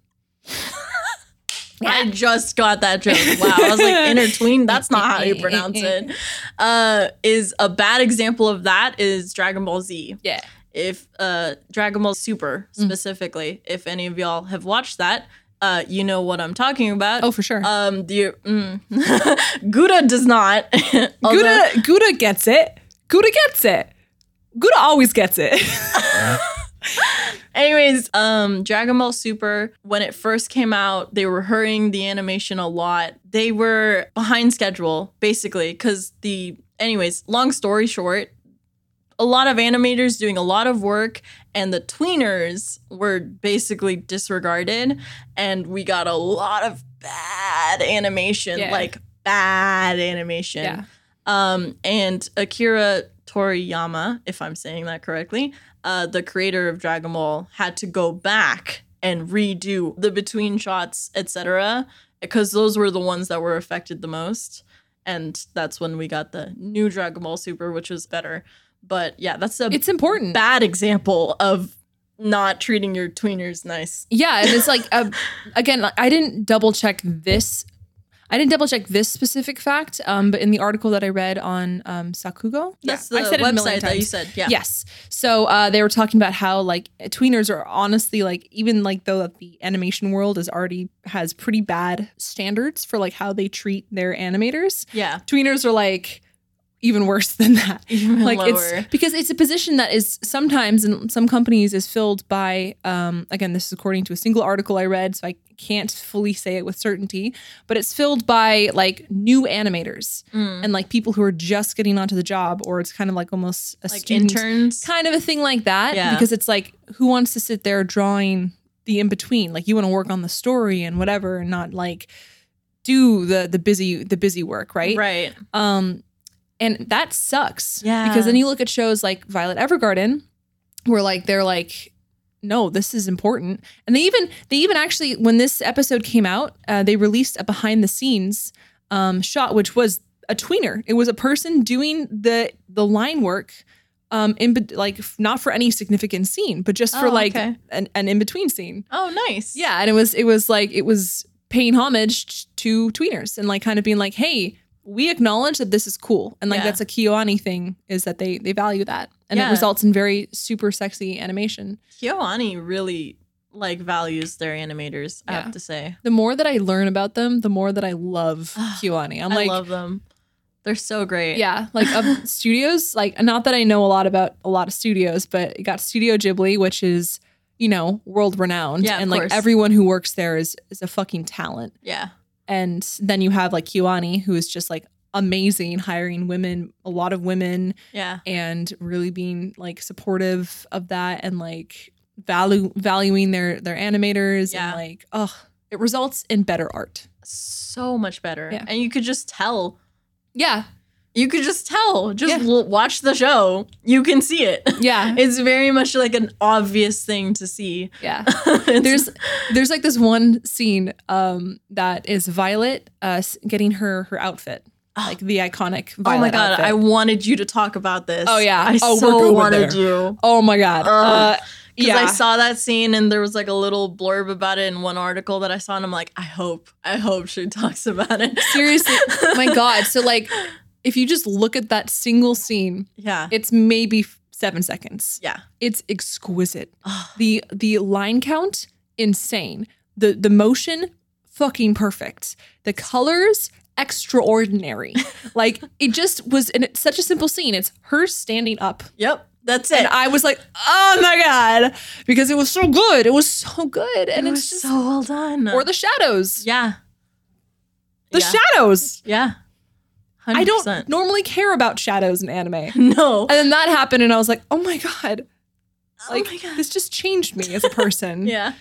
C: I just got that joke. Wow. I was like, intertween? That's not how you pronounce it. Uh, is a bad example of that is Dragon Ball Z.
B: yeah
C: If uh, Dragon Ball Super
B: Mm.
C: specifically, if any of y'all have watched that, uh, you know what I'm talking about.
B: Oh, for sure.
C: Um, the mm, Gouda does not. Although-
B: Gouda, Gouda gets it. Gouda gets it. Gouda always gets it.
C: Anyways, um, Dragon Ball Super, when it first came out, they were hurrying the animation a lot. They were behind schedule, basically, because the, anyways, long story short, a lot of animators doing a lot of work, and the tweeners were basically disregarded. And we got a lot of bad animation,
B: Yeah.
C: like bad animation. Um, and Akira Toriyama, if I'm saying that correctly, uh, the creator of Dragon Ball, had to go back and redo the between shots, etc., because those were the ones that were affected the most. And that's when we got the new Dragon Ball Super, which was better. But yeah, that's a
B: It's important.
C: bad example of not treating your tweeners nice.
B: Yeah, and it's like a, again, like, I didn't double check this. I didn't double check this specific fact, um, but in the article that I read on um, Sakugo,
C: That's the
B: I said it a million
C: website that you
B: times.
C: said. Yeah.
B: Yes. So uh, they were talking about how like tweeners are honestly like even like though that the animation world is already has pretty bad standards for like how they treat their animators.
C: Yeah.
B: Tweeners are like even worse than that
C: Even
B: like
C: lower.
B: it's because it's a position that is sometimes in some companies is filled by um again this is according to a single article i read so i can't fully say it with certainty but it's filled by like new animators
C: Mm.
B: and like people who are just getting onto the job or it's kind of like almost a
C: like
B: student
C: interns.
B: kind of a thing like that
C: Yeah.
B: because it's like who wants to sit there drawing the in between like you want to work on the story and whatever and not like do the the busy the busy work right
C: Right.
B: um, and that sucks.
C: Yeah.
B: Because then you look at shows like Violet Evergarden, where like they're like, no, this is important. And they even they even actually when this episode came out, uh, they released a behind the scenes um, shot, which was a tweener. It was a person doing the the line work. Um, in bet- like f- not for any significant scene, but just for
C: Oh,
B: like
C: okay.
B: an, an in between scene.
C: Oh, nice.
B: Yeah, and it was it was like it was paying homage to tweeners and like kind of being like, hey, we acknowledge that this is cool, and like
C: Yeah.
B: that's a Kiyoani thing is that they they value that, and
C: Yeah.
B: it results in very super sexy animation.
C: Kyoani really like values their animators. I
B: Yeah.
C: have to say,
B: The more that I learn about them, the more that I love Kiyoani. I'm
C: i
B: like.
C: love them. They're so great.
B: yeah, like of studios, like not that I know a lot about a lot of studios, but it got Studio Ghibli, which is, you know, world renowned.
C: Yeah, of
B: and like
C: course.
B: everyone who works there is is a fucking talent.
C: yeah,
B: And then you have like Kiwani, who is just like amazing, hiring women, a lot of women,
C: yeah.
B: and really being like supportive of that and like value valuing their their animators
C: Yeah.
B: and like oh, it results in better art.
C: So much better.
B: Yeah.
C: And you could just tell.
B: Yeah,
C: You could just tell. Just
B: Yeah.
C: l- watch the show. You can see it.
B: yeah,
C: it's very much like an obvious thing to see.
B: yeah.
C: It's-
B: there's there's like this one scene um that is Violet uh s- getting her her outfit. Like the iconic Violet
C: oh my god, I
B: outfit.
C: wanted you to talk about this.
B: Oh, yeah.
C: I
B: Oh, we're
C: so
B: going
C: wanted
B: there.
C: you.
B: Oh my god.
C: Ugh.
B: Uh,
C: Because
B: yeah.
C: I saw that scene and there was like a little blurb about it in one article that I saw, and I'm like, I hope, I hope she talks about it.
B: Seriously, my God. So like, if you just look at that single scene,
C: Yeah.
B: it's maybe f- seven seconds.
C: Yeah.
B: It's exquisite. the The line count, insane. The the motion, fucking perfect. The colors, extraordinary. like it just was, and it's such a simple scene. It's her standing up,
C: Yep. That's
B: and
C: it.
B: I was like, oh my God, because it was so good. It was so good, and
C: it
B: it's
C: was
B: just
C: so well done.
B: or the shadows,
C: yeah.
B: the
C: yeah.
B: shadows.
C: Yeah. 100%.
B: I don't normally care about shadows in anime.
C: No.
B: And then that happened, and I was like, "Oh my god!" Like
C: oh my god.
B: this just changed me as a person.
C: Yeah.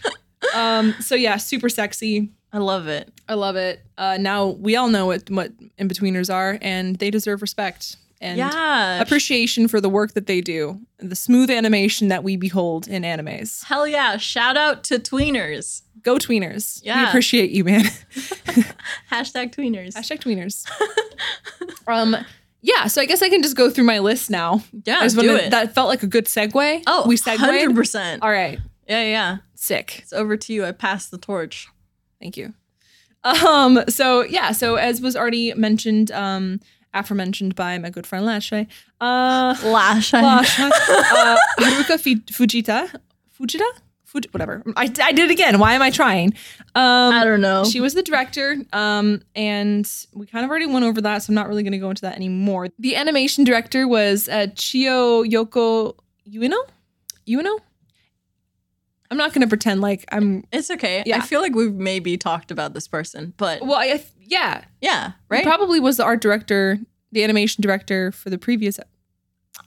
B: Um. So yeah, super sexy.
C: I love it.
B: I love it. Uh. Now we all know what what in betweeners are, and they deserve respect and
C: yeah.
B: appreciation for the work that they do, and the smooth animation that we behold in animes.
C: Hell yeah. Shout out to tweeners.
B: Go tweeners. We
C: Yeah.
B: appreciate you, man.
C: Hashtag tweeners.
B: Hashtag tweeners. um. Yeah. So I guess I can just go through my list now.
C: yeah.
B: I just
C: do
B: wanna-
C: it.
B: That felt like a good segue.
C: oh,
B: we segued.
C: 100%.
B: All right.
C: Yeah, yeah.
B: Sick.
C: It's over to you. I pass the torch.
B: Thank you. Um, so yeah, so as was already mentioned, um, aforementioned by my good friend Lashley, uh,
C: Lash.
B: Lash, uh, Haruka Fi- Fujita, Fujita, Fuji, whatever. I, I did it again. Why am I trying? Um,
C: I don't know.
B: She was the director, um, and we kind of already went over that, so I'm not really going to go into that anymore. The animation director was uh, Chio Yoko Ueno. Ueno. I'm not going to pretend like I'm.
C: it's okay.
B: Yeah.
C: I feel like we've maybe talked about this person, but
B: Well, I, I- yeah,
C: yeah,
B: right.
C: right?
B: probably was the art director, the animation director for the previous.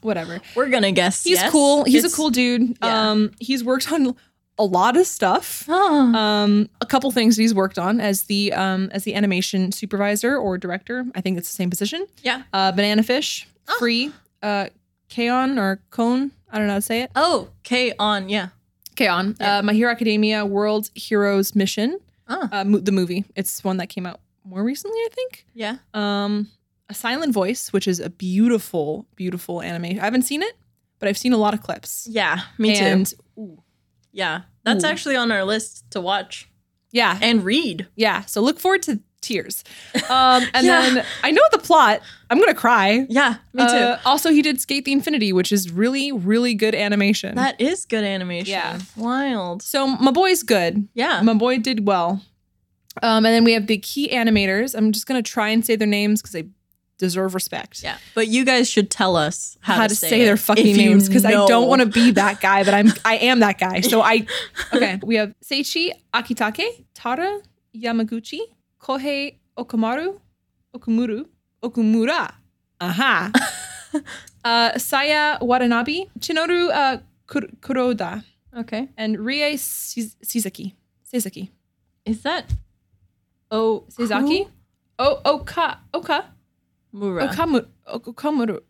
B: Whatever.
C: We're going to guess.
B: He's
C: yes.
B: cool. He's
C: It's-
B: a cool dude.
C: yeah.
B: Um, he's worked on a lot of stuff.
C: Oh.
B: um, a couple things he's worked on as the um, as the animation supervisor or director. I think it's the same position.
C: Yeah.
B: Uh, Banana Fish,
C: Oh.
B: Free, uh, Kaon or Cone. I don't know how to say it.
C: oh, K on. Yeah.
B: Kaon. Uh, My Hero Academia, World Heroes Mission,
C: Oh,
B: uh, mo- the movie. It's one that came out more recently, I think.
C: yeah.
B: Um, a Silent Voice, which is a beautiful, beautiful animation. I haven't seen it, but I've seen a lot of clips.
C: Yeah. Me too.
B: and,
C: Yeah. That's
B: Ooh.
C: actually on our list to watch
B: Yeah,
C: and read.
B: Yeah. So look forward to tears. Um, and
C: Yeah.
B: then I know the plot. I'm gonna cry.
C: Yeah. Me too.
B: Uh, also, he did Skate the Infinity, which is really, really good animation.
C: that is good animation.
B: Yeah.
C: Wild.
B: so my boy's good.
C: Yeah.
B: My boy did well. Um, and then we have the key animators. I'm just gonna try and say their names because they deserve respect.
C: Yeah. But you guys should tell us how,
B: How to say, their
C: it
B: fucking
C: if you
B: names because I
C: know.
B: don't want to be that guy, but I'm I am that guy. So I okay. We have Seichi Akitake, Tara Yamaguchi, Kohei Okamaru, Okumuru, Okumura. Aha. uh, Saya Watanabe, Chinoru uh, Kur- Kuroda,
C: Okay.
B: and Rie Shiz- Suzuki. Suzuki.
C: Is that Oh
B: Suzuki? Oh, Oka. Oka.
C: Mura?
B: Okamu- Okamuru.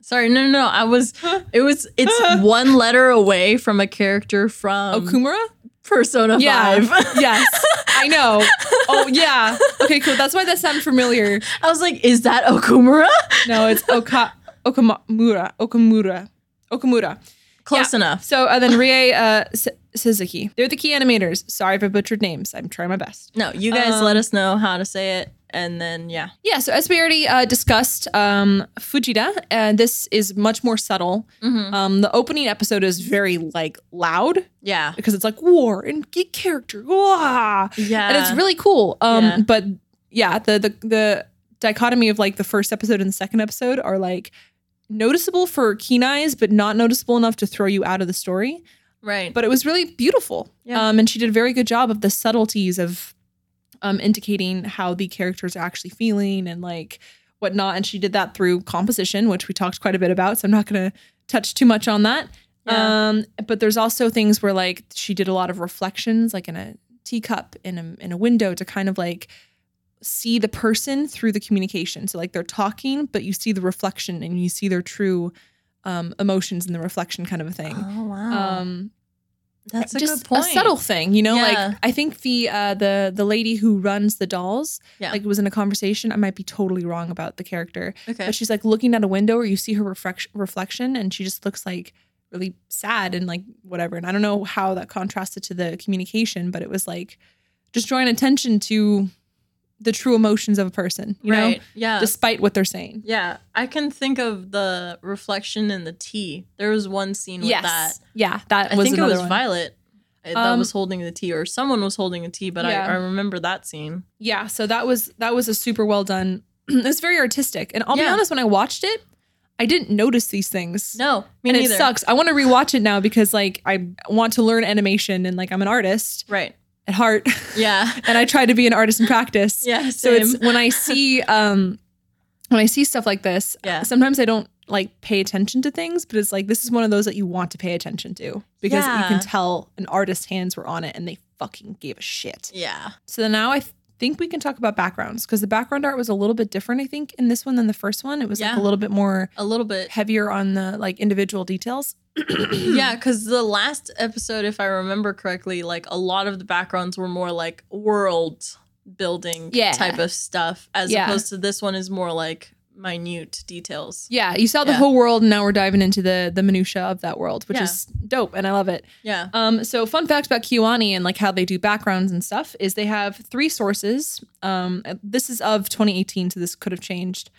C: Sorry, no, no, no. I was. It was. It's one letter away from a character from
B: Okumura?
C: Persona
B: Yeah.
C: Five.
B: yes. I know. Oh, yeah. Okay, cool. That's why that sounded familiar.
C: I was like, "Is that Okumura?"
B: No, it's Oka Okamura. Okamura. Okamura.
C: Close enough.
B: So uh, then Rie uh, S- Suzuki. They're the key animators. Sorry if I butchered names. I'm trying my best.
C: No, you guys
B: Um,
C: let us know how to say it, and then yeah,
B: Yeah, so as we already uh, discussed, um, Fujita, uh, this is much more subtle.
C: mm-hmm.
B: Um, the opening episode is very like loud
C: yeah,
B: because it's like war and geek character. Wah!
C: yeah.
B: and it's really cool. Um,
C: Yeah.
B: but yeah, the the the dichotomy of like the first episode and the second episode are like noticeable for keen eyes, but not noticeable enough to throw you out of the story.
C: right.
B: But it was really beautiful.
C: Yeah.
B: Um, and she did a very good job of the subtleties of um indicating how the characters are actually feeling and like whatnot. And she did that through composition, which we talked quite a bit about. So I'm not gonna touch too much on that.
C: yeah.
B: Um, but there's also things where like she did a lot of reflections, like in a teacup in a in a window to kind of like see the person through the communication. So like they're talking, but you see the reflection and you see their true um, emotions in the reflection, kind of a thing.
C: oh wow,
B: Um,
C: that's a
B: just
C: good point.
B: subtle thing, you know.
C: Yeah.
B: Like I think the uh, the the lady who runs the dolls,
C: Yeah.
B: like was in a conversation. I might be totally wrong about the character,
C: Okay.
B: but she's like looking at a window or you see her reflection reflection and she just looks like really sad and like whatever and i don't know how that contrasted to the communication but it was like just drawing attention to the true emotions of a person you
C: right.
B: know
C: yeah.
B: despite what they're saying
C: yeah. I can think of the reflection in the tea. There was one scene with that.
B: yeah that
C: I
B: was
C: think it
B: another
C: was
B: one.
C: Violet uh, that
B: Um,
C: was holding the tea, or someone was holding a tea, but
B: Yeah.
C: I, I remember that scene.
B: yeah so that was that was a super well done it was very artistic and i'll be
C: Yeah.
B: honest when i watched it i didn't notice these things
C: No, me
B: and
C: neither.
B: it sucks i want to rewatch it now because like i want to learn animation and like i'm an artist
C: Right.
B: at heart
C: Yeah.
B: and I try to be an artist in practice.
C: yeah.
B: so
C: same.
B: it's when I see um when I see stuff like this,
C: yeah.
B: sometimes I don't like pay attention to things, but it's like this is one of those that you want to pay attention to because you
C: Yeah.
B: can tell an artist's hands were on it and they fucking gave a shit.
C: Yeah.
B: So then now I think we can talk about backgrounds because the background art was a little bit different, I think, in this one than the first one. It was like
C: Yeah.
B: a little bit more
C: A little bit.
B: heavier on the like individual details.
C: yeah, because the last episode, if I remember correctly, like a lot of the backgrounds were more like world building
B: Yeah.
C: type of stuff, as
B: Yeah.
C: opposed to this one is more like minute details.
B: Yeah, you saw the
C: Yeah.
B: whole world and now we're diving into the the minutia of that world, which
C: Yeah.
B: is dope and I love it.
C: Yeah.
B: Um, so fun fact about Kiwani and like how they do backgrounds and stuff is they have three sources. Um, this is of 2018, so this could have changed.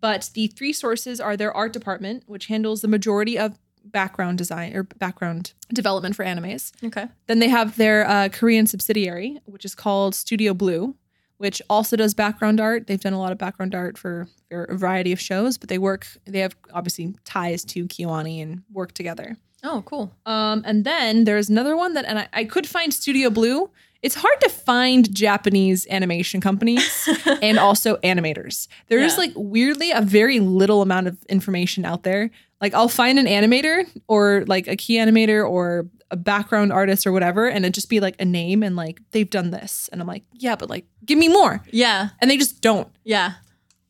B: But the three sources are their art department, which handles the majority of background design or background development for animes.
C: Okay.
B: Then they have their uh, Korean subsidiary, which is called Studio Blue, which also does background art. They've done a lot of background art for, for a variety of shows, but they work, they have obviously ties to Kiwani and work together.
C: Oh, cool.
B: Um, and then there's another one that, and I, I could find Studio Blue. It's hard to find Japanese animation companies and also animators. There is
C: Yeah.
B: like weirdly a very little amount of information out there. Like I'll find an animator or like a key animator or a background artist or whatever, and it'd just be like a name and like they've done this. And I'm like, yeah, but like give me more.
C: yeah.
B: And they just don't
C: Yeah.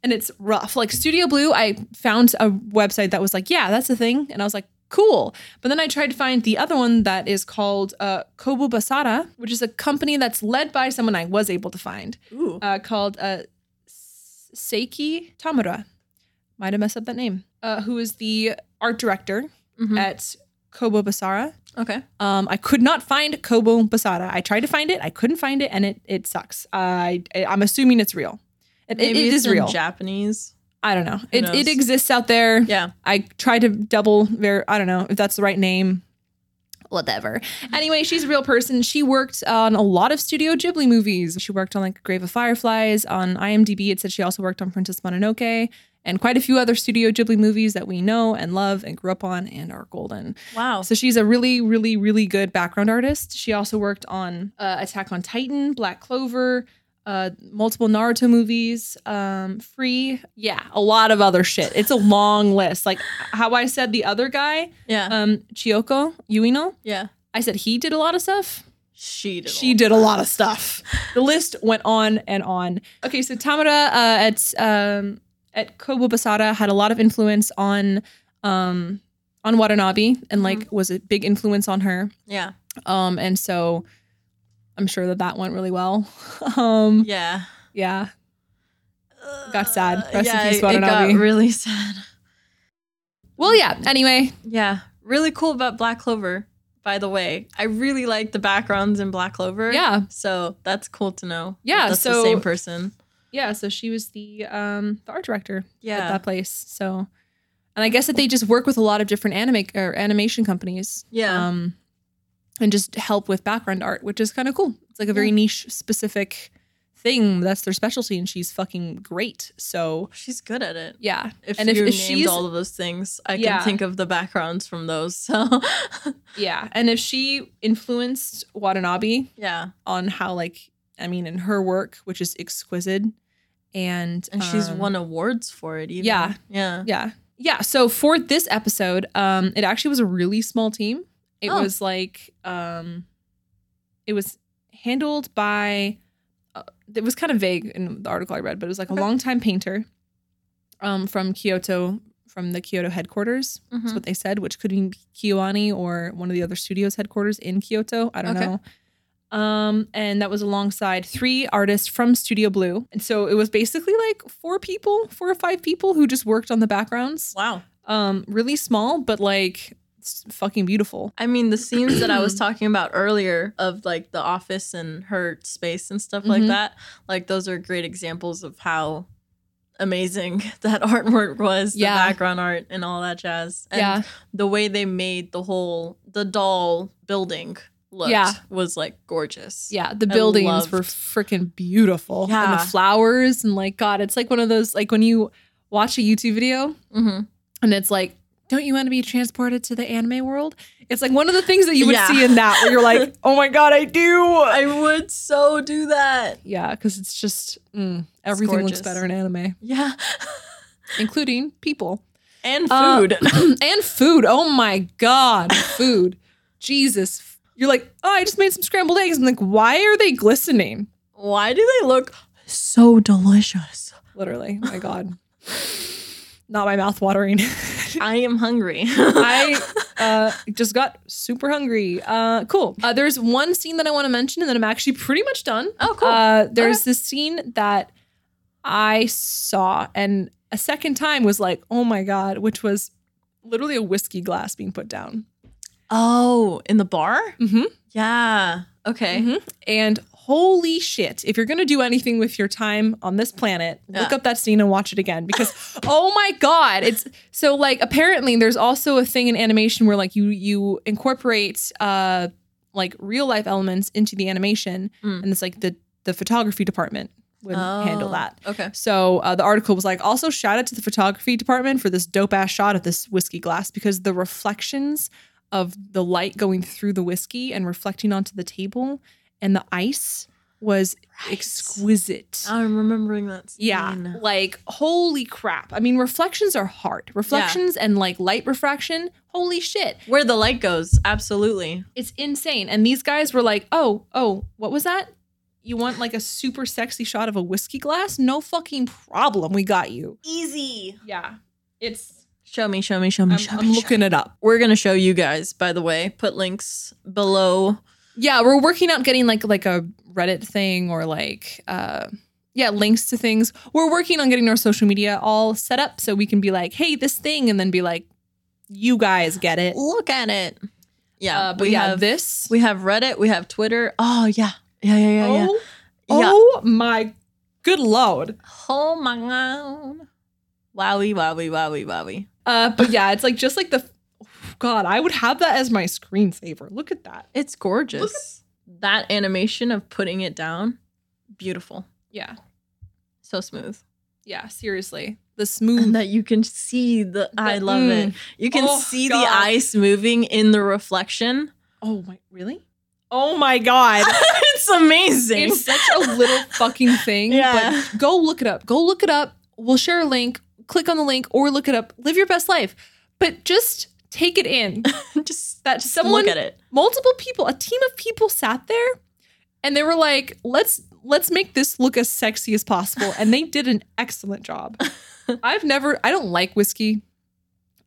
B: and it's rough. Like Studio Blue, I found a website that was like, yeah, that's a thing, and I was like, cool. But then I tried to find the other one that is called uh, Kobu Basara, which is a company that's led by someone I was able to find
C: Ooh.
B: uh, called uh, S- Seiki Tamura. Might have messed up that name. Uh, who is the art director
C: Mhm.
B: at Kobo Basara?
C: Okay.
B: Um, I could not find Kobo Basada. I tried to find it. I couldn't find it, and it it sucks. I I'm assuming it's real. It, it- it
C: it's
B: is
C: in
B: real.
C: Japanese.
B: I don't know. It,
C: knows?
B: it exists out there.
C: Yeah.
B: I tried to double ver I don't know if that's the right name. Whatever. Anyway, she's a real person. She worked on a lot of Studio Ghibli movies. She worked on like Grave of Fireflies on IMDb. It said she also worked on Princess Mononoke and quite a few other Studio Ghibli movies that we know and love and grew up on and are golden.
C: Wow.
B: So she's a really, really, really good background artist. She also worked on uh, Attack on Titan, Black Clover, uh, multiple Naruto movies, um, Free. Yeah, a lot of other shit. It's a long list. Like how I said the other guy,
C: yeah.
B: um, Chiyoko Ueno,
C: yeah.
B: I said he did a lot of stuff.
C: She did.
B: She did a lot of stuff. The list went on and on. Okay, so Tamara uh, at um, at Kobo Basada had a lot of influence on um, on Watanabe, and like was a big influence on her.
C: Yeah.
B: Um, and so I'm sure that that went really well. um,
C: Yeah.
B: yeah, Got sad.
C: Uh,
B: Rest in
C: yeah,
B: peace,
C: it- it got
B: Watanabe.
C: really sad.
B: Well, yeah. Anyway,
C: Yeah. Really cool about Black Clover, by the way. I really like the backgrounds in Black Clover.
B: Yeah.
C: So that's cool to know. that
B: Yeah,
C: That's
B: so-
C: the same person.
B: yeah. So she was the um, the art director at
C: Yeah.
B: that place. So, and I guess that they just work with a lot of different anime or animation companies.
C: Yeah.
B: um, and just help with background art, which is kind of cool. It's like a very
C: Yeah.
B: niche, specific thing. That's their specialty, and she's fucking great. So
C: She's good at it.
B: yeah,
C: If
B: And if-
C: you
B: if
C: named
B: she's-
C: all of those things, I
B: Yeah.
C: can think of the backgrounds from those. So
B: yeah. And if she influenced Watanabe
C: yeah.
B: on how, like, I mean, in her work, which is exquisite, and
C: And she's
B: um,
C: won awards for it even.
B: yeah.
C: Yeah.
B: Yeah. Yeah. So for this episode, um, it actually was a really small team. It
C: Oh.
B: was like um it was handled by uh, it was kind of vague in the article I read, but it was like
C: Okay.
B: a longtime painter um from Kyoto from the Kyoto headquarters. That's
C: Mhm.
B: what they said, which could be Kiwani or one of the other studios headquarters in Kyoto. I don't
C: Okay.
B: know. Um, and that was alongside three artists from Studio Blue. And so it was basically like four people, four or five people who just worked on the backgrounds.
C: Wow.
B: Um, really small, but like s- fucking beautiful.
C: I mean, the scenes that I was talking about earlier of like the office and her space and stuff like
B: Mhm.
C: that, like those are great examples of how amazing that artwork was,
B: Yeah.
C: the background art and all that jazz. And
B: yeah.
C: the way they made the whole the doll building looked
B: Yeah.
C: was like gorgeous.
B: Yeah. The buildings
C: loved-
B: were freaking beautiful. And
C: Yeah.
B: the flowers and like God, it's like one of those like when you watch a YouTube video
C: hmm
B: and it's like don't you want to be transported to the anime world? It's like one of the things that you would
C: Yeah.
B: see in that where you're like, "Oh my god, I do."
C: I would so do that.
B: Yeah, because it's just mm, everything looks
C: gorgeous.
B: better in anime,
C: Yeah.
B: including people
C: And
B: Uh,
C: food.
B: and food. Oh my god, food! Jesus, you're like, oh, I just made some scrambled eggs. I'm like, why are they glistening?
C: Why do they look so delicious?
B: Literally, my god, not my mouth watering.
C: I am hungry.
B: I uh, just got super hungry. Uh, cool. Uh, there's one scene that I want to mention, and then I'm actually pretty much done.
C: oh cool.
B: Uh, there's this scene that I saw and a second time was like, oh my God, which was literally a whiskey glass being put down.
C: Oh, in the bar?
B: Mhm.
C: Yeah. Okay. Oh.
B: Mhm. And holy shit, if you're going to do anything with your time on this planet, look
C: Yeah.
B: up that scene and watch it again because oh my god, it's so like apparently there's also a thing in animation where like you you incorporate uh like real life elements into the animation
C: Mm.
B: and it's like the the photography department would handle
C: Oh,
B: that.
C: Okay.
B: So uh, the article was like, also shout out to the photography department for this dope ass shot of this whiskey glass because the reflections of the light going through the whiskey and reflecting onto the table and the ice was exquisite.
C: I'm remembering that. Scene.
B: yeah, like holy crap. I mean, reflections are hard. Reflections and like light refraction, holy shit.
C: Where the light goes, absolutely.
B: It's insane. And these guys were like, oh, oh, what was that? You want like a super sexy shot of a whiskey glass? No fucking problem. We got you.
A: Easy.
B: Yeah. It's
C: Show me, show me, show me,
B: I'm,
C: show
B: I'm
C: me. show me.
B: looking it up.
C: We're gonna show you guys, by the way. Put links below.
B: Yeah, we're working out getting like like a Reddit thing or like uh yeah, links to things. We're working on getting our social media all set up so we can be like, "Hey, this thing," and then be like, "You guys get it."
C: Look at it. Yeah,
B: Uh, but
C: we
B: yeah,
C: have
B: this.
C: we have Reddit, we have Twitter. Oh yeah, yeah, yeah, yeah, yeah.
B: oh,
C: yeah.
B: oh my good lord.
C: Oh my god. Wowie, wowie, wowie, wowie.
B: Uh but yeah, it's like just like the God, I would have that as my screensaver. Look at that.
C: It's gorgeous. that animation of putting it down, beautiful.
B: Yeah.
C: So smooth.
B: Yeah, seriously. The smooth
C: And that you can see the I
B: The-
C: love it. You can
B: Oh,
C: see
B: God.
C: the ice moving in the reflection.
B: Oh my, really? Oh my god.
C: it's amazing.
B: It's such a little fucking thing.
C: Yeah.
B: But go look it up. Go look it up. We'll share a link. Click on the link or look it up. Live your best life. But just take it in.
C: just
B: That
C: just
B: someone
C: look at it.
B: multiple people, a team of people sat there and they were like, let's let's make this look as sexy as possible. And they did an excellent job. I've never I don't like whiskey.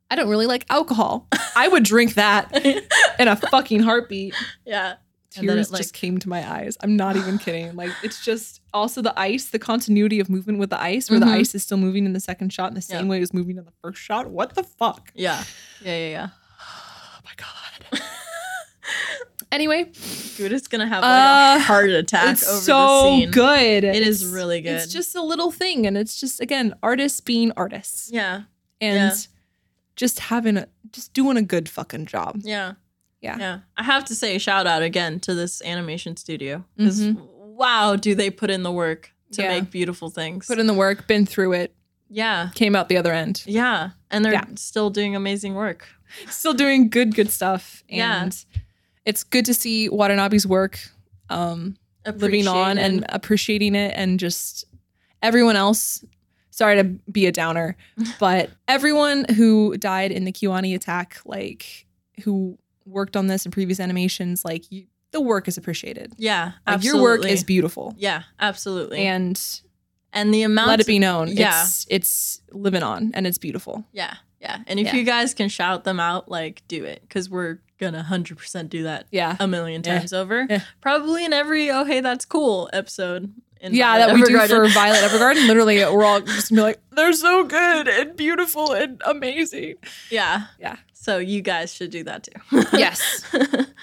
B: I don't really like alcohol. I would drink that in a fucking heartbeat
C: yeah. And then
B: tears
C: it, like-
B: just came to my eyes. I'm not even kidding. Like it's just also the ice, the continuity of movement with the ice, where
C: Mhm.
B: the ice is still moving in the second shot in the same
C: Yeah.
B: way it was moving in the first shot. What the fuck?
C: Yeah. Yeah, yeah, yeah.
B: Oh my god. anyway,
C: Dude is gonna have like
B: Uh,
C: a heart attack
B: it's
C: over
B: so
C: the scene.
B: good. It
C: is really good.
B: It's just a little thing, and it's just again artists being artists
C: Yeah,
B: and
C: Yeah.
B: just having a just doing a good fucking job.
C: yeah.
B: Yeah.
C: Yeah. I have to say shout out again to this animation studio. 'cause
B: Mm-hmm.
C: wow, do they put in the work to
B: Yeah.
C: make beautiful things.
B: Put in the work, been through it,
C: yeah.
B: came out the other end.
C: Yeah. And they're
B: Yeah.
C: still doing amazing work.
B: still doing good, good stuff.
C: Yeah.
B: And it's good to see Watanabe's work um, living on
C: Appreciated.
B: and appreciating it and just everyone else. Sorry to be a downer, but everyone who died in the Kiwani attack, like who worked on this in previous animations, like you, the work is appreciated.
C: Yeah.
B: Like, your work is
C: absolutely.
B: beautiful.
C: Yeah, absolutely. And,
B: And
C: the amount
B: let it be known,
C: yeah.
B: it's it's living on and it's beautiful.
C: Yeah, yeah. And if
B: Yeah.
C: you guys can shout them out, like do it because we're gonna hundred percent do that
B: Yeah,
C: a million
B: Yeah.
C: times over.
B: Yeah.
C: Probably in every oh hey that's cool episode. In
B: yeah,
C: Violet
B: that we
C: Evergarden.
B: do for Violet Evergarden. Literally, we're all just gonna be like, they're so good and beautiful and amazing.
C: yeah,
B: Yeah.
C: So you guys should do that too.
B: Yes,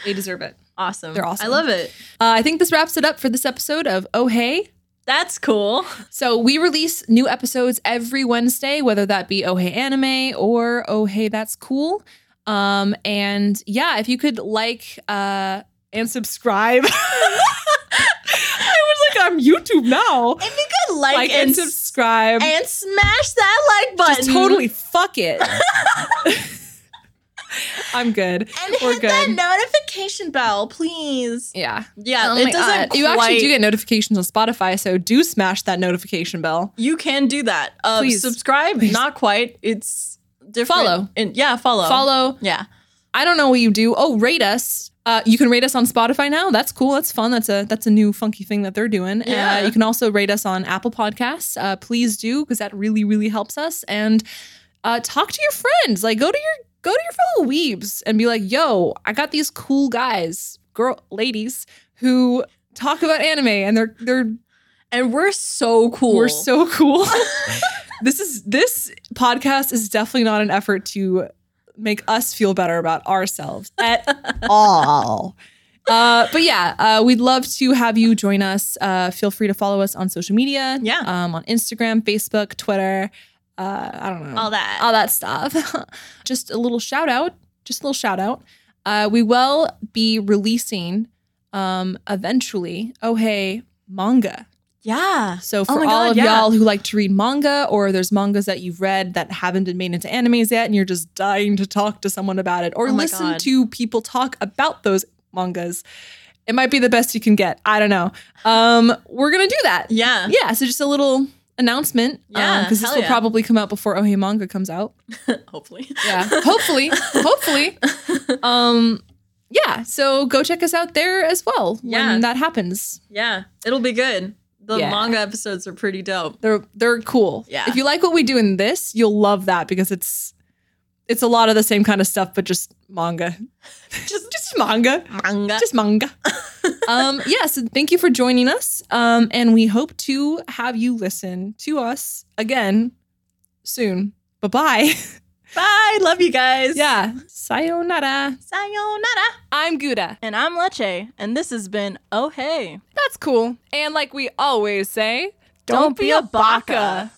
B: they deserve it.
C: awesome.
B: They're awesome.
C: I love it.
B: Uh, I think this wraps it up for this episode of Oh Hey.
C: That's cool.
B: So we release new episodes every Wednesday, whether that be Oh Hey Anime or Oh Hey That's Cool. Um, and yeah, if you could like uh, and subscribe. I was like, I'm YouTube now.
C: If you could like,
B: Like and
C: and s-
B: subscribe.
C: and smash that like button.
B: Just totally fuck it. I'm good.
C: And
B: We're
C: hit that
B: good.
C: notification bell, please.
B: Yeah.
C: Yeah,
B: Oh my
C: it doesn't.
B: God. You actually
C: quite-
B: do get notifications on Spotify, so do smash that notification bell.
C: You can do that. Uh,
B: Please.
C: Subscribe.
B: Please.
C: Not quite. It's different.
B: Follow.
C: And yeah, follow.
B: Follow.
C: Yeah.
B: I don't know what you do. Oh, rate us. Uh, you can rate us on Spotify now. That's cool. That's fun. That's a that's a new funky thing that they're doing. Uh,
C: Yeah.
B: you can also rate us on Apple Podcasts. Uh, please do because that really really helps us. And uh, talk to your friends. Like go to your go to your fellow weebs and be like, "Yo, I got these cool guys, girl, ladies who talk about anime and they're they're
C: And we're so cool.
B: We're so cool. this is this podcast is definitely not an effort to make us feel better about ourselves at all. Uh, but yeah, uh, we'd love to have you join us. Uh, feel free to follow us on social media.
C: Yeah.
B: Um, on Instagram, Facebook, Twitter. Uh, I don't know.
A: All that.
B: all that stuff. just a little shout out. Just a little shout out. Uh, we will be releasing um, eventually. Oh hey, manga.
C: Yeah.
B: So
C: Oh
B: for
C: my
B: all
C: God,
B: of
C: yeah.
B: y'all who like to read manga, or there's mangas that you've read that haven't been made into animes yet, and you're just dying to talk to someone about it, or
C: Oh my
B: listen
C: God.
B: to people talk about those mangas. It might be the best you can get. I don't know. Um, we're gonna do that.
C: Yeah.
B: Yeah. So just a little announcement.
C: Yeah,
B: Because this
C: hell
B: will
C: yeah.
B: probably come out before Oh Hey Manga comes out
C: Hopefully.
B: yeah hopefully hopefully um yeah so go check us out there as well
C: Yeah.
B: when that happens
C: Yeah. It'll be good. The
B: Yeah.
C: manga episodes are pretty dope.
B: they're they're cool
C: Yeah.
B: if you like what we do in this you'll love that because it's it's a lot of the same kind of stuff but just manga just just manga
C: Manga.
B: just manga um yeah so thank you for joining us um and we hope to have you listen to us again soon bye bye
C: Bye. Love you guys.
B: yeah sayonara
C: Sayonara.
B: i'm guda
C: And I'm Leche, and this has been Oh Hey.
B: That's cool. And like we always say,
C: Don't be a baka.